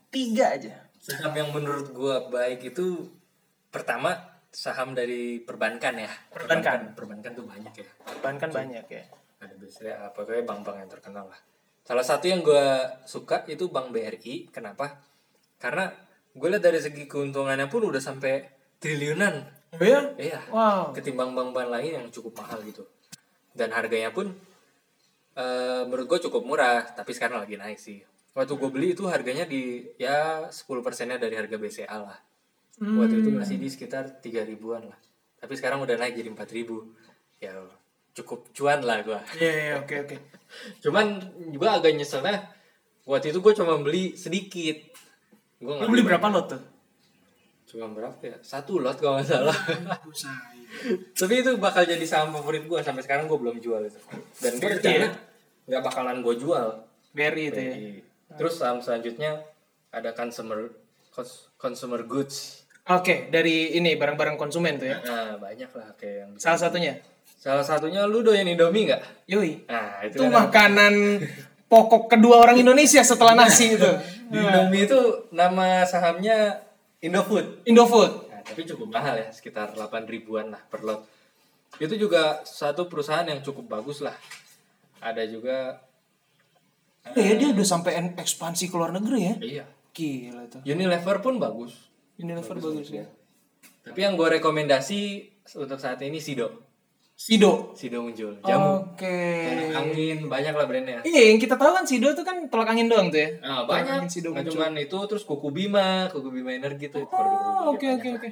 Speaker 1: Tiga aja.
Speaker 2: Saham yang menurut gua baik itu pertama saham dari perbankan ya.
Speaker 1: Perbankan.
Speaker 2: Perbankan, perbankan tuh banyak ya.
Speaker 1: Perbankan banyak ya.
Speaker 2: ada biasanya ah, apa kayak bank-bank yang terkenal lah salah satu yang gue suka itu bank BRI kenapa karena gue lihat dari segi keuntungannya pun udah sampai triliunan
Speaker 1: Oh ya?
Speaker 2: iya
Speaker 1: Wow.
Speaker 2: ketimbang bank-bank lain yang cukup mahal gitu dan harganya pun eh, menurut gue cukup murah tapi sekarang lagi naik sih waktu gue beli itu harganya di ya 10 persennya dari harga BCA lah waktu itu masih di sekitar 3 ribuan lah tapi sekarang udah naik jadi 4 ribu ya cukup cuan lah gue
Speaker 1: Iya, iya, oke, oke.
Speaker 2: cuman juga agak nyeselnya waktu itu gue cuma beli sedikit gue
Speaker 1: Lu beli berapa lot tuh?
Speaker 2: cuma berapa ya satu lot kalau nggak salah tapi itu bakal jadi saham favorit gue sampai sekarang gue belum jual itu dan gue
Speaker 1: ya?
Speaker 2: rencana nggak bakalan gue jual
Speaker 1: BRI itu ya.
Speaker 2: terus saham selanjutnya ada consumer cons- consumer goods
Speaker 1: Oke, dari ini barang-barang konsumen tuh ya.
Speaker 2: nah banyak lah kayak yang
Speaker 1: Salah satunya.
Speaker 2: salah satunya lu doyan indomie nggak
Speaker 1: Yoi.
Speaker 2: nah itu
Speaker 1: Itu
Speaker 2: kan
Speaker 1: makanan pokok kedua orang Indonesia setelah nasi itu.
Speaker 2: di indomie itu nama sahamnya indofood
Speaker 1: Indofood.
Speaker 2: Nah, tapi cukup mahal ya, sekitar 8 ribuan lah per lot. Itu juga satu perusahaan yang cukup bagus lah. Ada juga
Speaker 1: Eh, dia udah sampai en- ekspansi ke luar negeri ya.
Speaker 2: iya,
Speaker 1: Gila tuh.
Speaker 2: Unilever pun bagus.
Speaker 1: Unilever bagus, ya.
Speaker 2: Tapi yang gue rekomendasi untuk saat ini Sido.
Speaker 1: Sido.
Speaker 2: Sido muncul. Jamu,
Speaker 1: Oh, Oke.
Speaker 2: Tolak angin, banyak lah brandnya.
Speaker 1: Iya, yang kita tahu kan Sido tuh kan tolak angin doang tuh ya.
Speaker 2: Nah,
Speaker 1: Tolak
Speaker 2: banyak.
Speaker 1: angin Sido
Speaker 2: Nggak
Speaker 1: muncul.
Speaker 2: cuman itu terus kuku Bima, kuku Bima energi tuh.
Speaker 1: Oh, oke oke oke.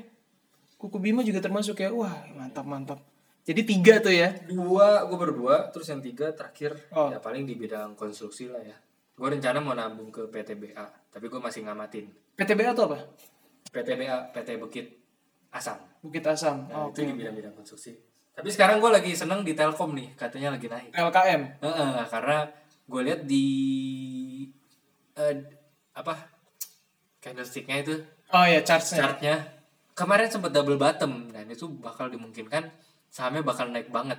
Speaker 1: Kuku Bima juga termasuk ya. Wah, mantap mantap. Jadi tiga tuh ya.
Speaker 2: dua gue berdua terus yang tiga terakhir
Speaker 1: Oh.
Speaker 2: ya paling di bidang konstruksi lah ya gue rencana mau nabung ke PTBA tapi gue masih ngamatin
Speaker 1: PTBA atau apa?
Speaker 2: PTBA PT Bukit Asam
Speaker 1: Bukit Asam.
Speaker 2: nah,
Speaker 1: Oh,
Speaker 2: itu di bidang-bidang konstruksi tapi sekarang gue lagi seneng di Telkom nih katanya lagi naik
Speaker 1: LKM.
Speaker 2: Heeh, karena gue lihat di eh, apa candlesticknya itu
Speaker 1: Oh ya, charge-nya.
Speaker 2: chartnya kemarin sempat double bottom dan itu bakal dimungkinkan sahamnya bakal naik banget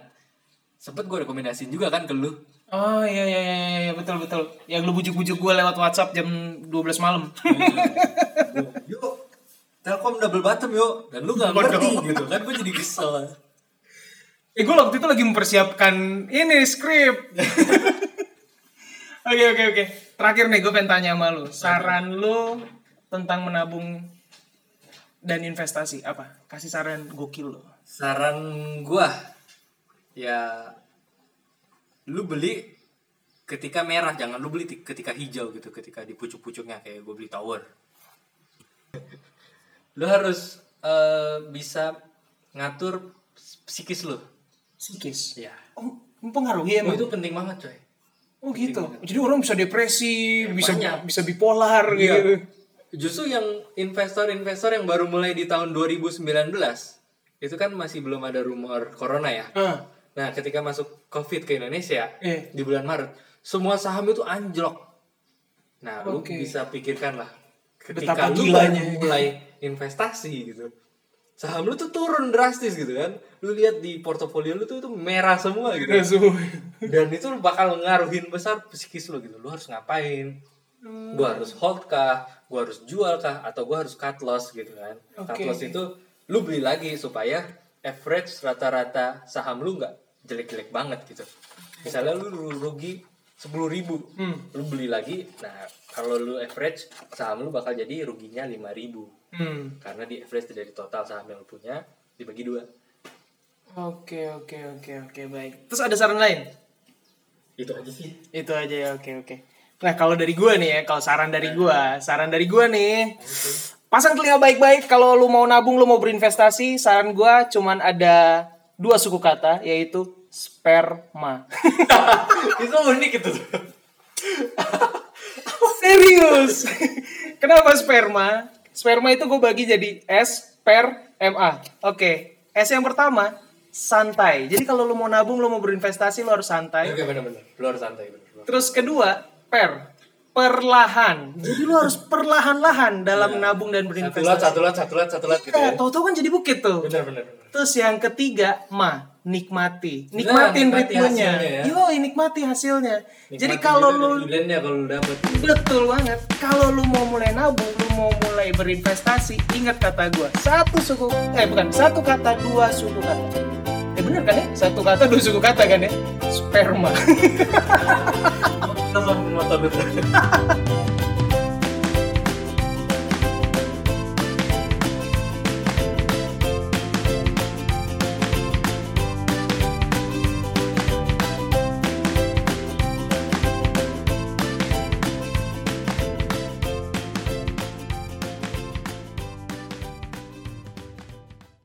Speaker 2: sempet gue rekomendasiin juga kan ke lu
Speaker 1: Oh iya iya iya iya, betul betul. Yang lu bujuk-bujuk gue lewat WhatsApp jam 12 malam.
Speaker 2: yuk Telkom double bottom yuk dan lu gak ngerti gitu kan gue jadi kesel
Speaker 1: Eh gue waktu itu lagi mempersiapkan ini skrip. Oke oke oke. Terakhir nih gue pengen tanya sama lu. Saran lu tentang menabung dan investasi apa? Kasih saran gokil lo.
Speaker 2: saran gue ya lu beli ketika merah jangan lu beli ti- ketika hijau gitu ketika di pucuk-pucuknya kayak gue beli tower lu harus eh, bisa ngatur psikis lu
Speaker 1: Psikis.
Speaker 2: ya
Speaker 1: Oh, mempengaruhi emang.
Speaker 2: itu penting banget coy
Speaker 1: Oh gitu. Jadi orang bisa depresi, bisa
Speaker 2: banyak.
Speaker 1: bisa bipolar
Speaker 2: Iya.
Speaker 1: gitu.
Speaker 2: Justru yang investor-investor yang baru mulai di tahun 2019 itu kan masih belum ada rumor corona ya.
Speaker 1: Ah,
Speaker 2: Nah, ketika masuk Covid ke Indonesia
Speaker 1: Iya.
Speaker 2: di bulan Maret, semua saham itu anjlok. Nah, lu
Speaker 1: Oke.
Speaker 2: bisa pikirkan lah
Speaker 1: Betapa
Speaker 2: ketika lu
Speaker 1: gilanya.
Speaker 2: baru mulai investasi gitu. Saham lu tuh turun drastis gitu kan. Lu lihat di portofolio lu tuh itu merah semua gitu
Speaker 1: udah semua.
Speaker 2: dan itu bakal ngaruhin besar psikis lo gitu lo harus ngapain gua harus hold kah gua harus jual kah atau gua harus cut loss gitu kan cut
Speaker 1: Oke.
Speaker 2: loss itu lu beli lagi supaya average rata-rata saham lu nggak jelek-jelek banget gitu misalnya lu ru- rugi sepuluh ribu lu beli lagi nah kalau lu average saham lu bakal jadi ruginya lima ribu
Speaker 1: Hmm.
Speaker 2: karena di average dari total saham yang lu punya dibagi dua
Speaker 1: Oke, oke, oke, oke, baik. Terus ada saran lain?
Speaker 2: itu aja sih
Speaker 1: Itu aja ya, oke, oke. Nah, kalau dari gua nih ya, kalau saran dari gua, saran dari gua nih. Pasang telinga baik-baik kalau lu mau nabung, lu mau berinvestasi, saran gua cuman ada dua suku kata yaitu sperma.
Speaker 2: itu unik itu
Speaker 1: Serius. Kenapa sperma? Sperma itu gue bagi jadi S per MA. Oke. S yang pertama santai. Jadi kalau lu mau nabung, lu mau berinvestasi, lu harus santai.
Speaker 2: Oke benar-benar, lu harus santai benar.
Speaker 1: Terus kedua, per perlahan. Jadi lu harus perlahan-lahan dalam nabung dan
Speaker 2: Iya. Satu lot,
Speaker 1: berinvestasi.
Speaker 2: satu lot, satu lot, satu lot gitu
Speaker 1: Ya,
Speaker 2: ya.
Speaker 1: tau kan jadi bukit tuh.
Speaker 2: Benar-benar.
Speaker 1: Terus yang ketiga, ma, nikmati.
Speaker 2: Nah,
Speaker 1: Nikmatin
Speaker 2: nikmati
Speaker 1: ritmenya.
Speaker 2: hasilnya ya.
Speaker 1: Yoi, nikmati hasilnya. Jadi kalau lu
Speaker 2: ya kalau lu dapet
Speaker 1: Betul banget. Kalau lu mau mulai nabung, lu mau mulai berinvestasi, ingat kata gua. Satu suku, eh bukan, satu kata, dua suku kata. Eh bener kan ya? Satu kata, dua suku kata kan ya? Sperma.
Speaker 2: Kita sama motor